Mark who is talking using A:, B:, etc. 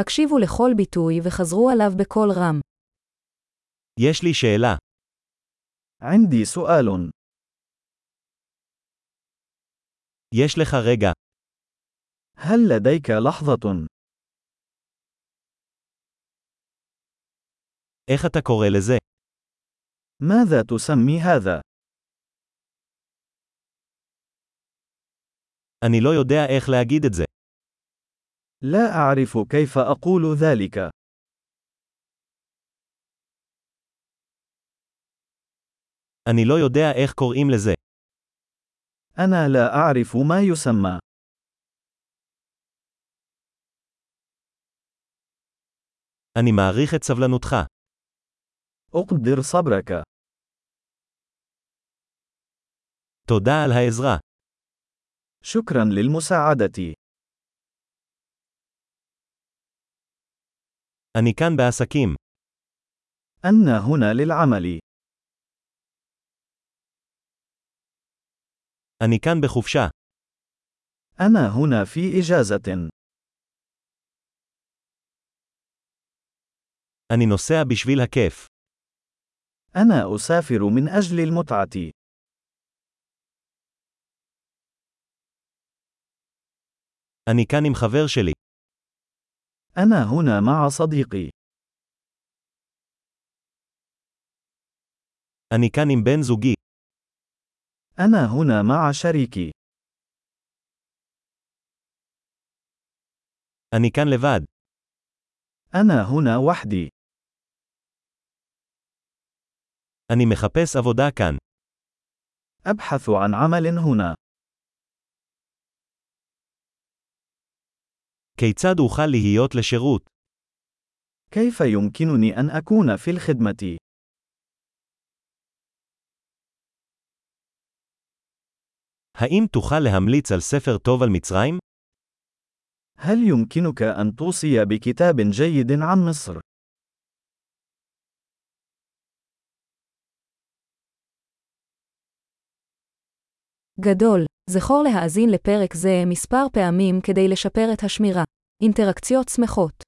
A: הקשיבו לכל ביטוי וחזרו עליו בקול רם.
B: יש לי שאלה.
C: عندي سؤال.
B: יש לך רגע.
C: هل لديك لحظة؟
B: איך אתה קורא לזה?
C: ماذا تسمي هذا؟
B: אני לא יודע איך להגיד את זה.
C: لا أعرف كيف أقول ذلك.
B: אני לא יודע איך קוראים לזה.
C: أنا لا أعرف ما يسمى.
B: אני מעריך את סבלנותך.
C: أقدر صبرك.
B: תודה על העזרה.
C: شكرا للمساعدة.
B: אני כאן בעסקים.
C: أنا هنا للعمل.
B: אני כאן בחופשה.
C: أنا هنا في إجازة.
B: אני נוסע בשביל הכיף.
C: أنا أسافر من أجل المتعة.
B: אני כאן עם חבר שלי.
C: أنا هنا مع صديقي.
B: אני כאן עם בן זוגי.
C: أنا هنا مع شريكي.
B: אני כאן לבד.
C: أنا هنا وحدي.
B: אני מחפש עבודה כאן.
C: أبحث عن عمل هنا.
B: כיצד אוכל להיות לשירות?
C: كيف يمكنني أن أكون في الخدمة؟
B: האם תוכל להמליץ על ספר טוב על מצרים?
C: هل يمكنك أن توصي بكتاب جيد عن مصر؟
A: גדול, זכור להאזין לפרק זה מספר פעמים כדי לשפר את השמירה. אינטראקציות שמחות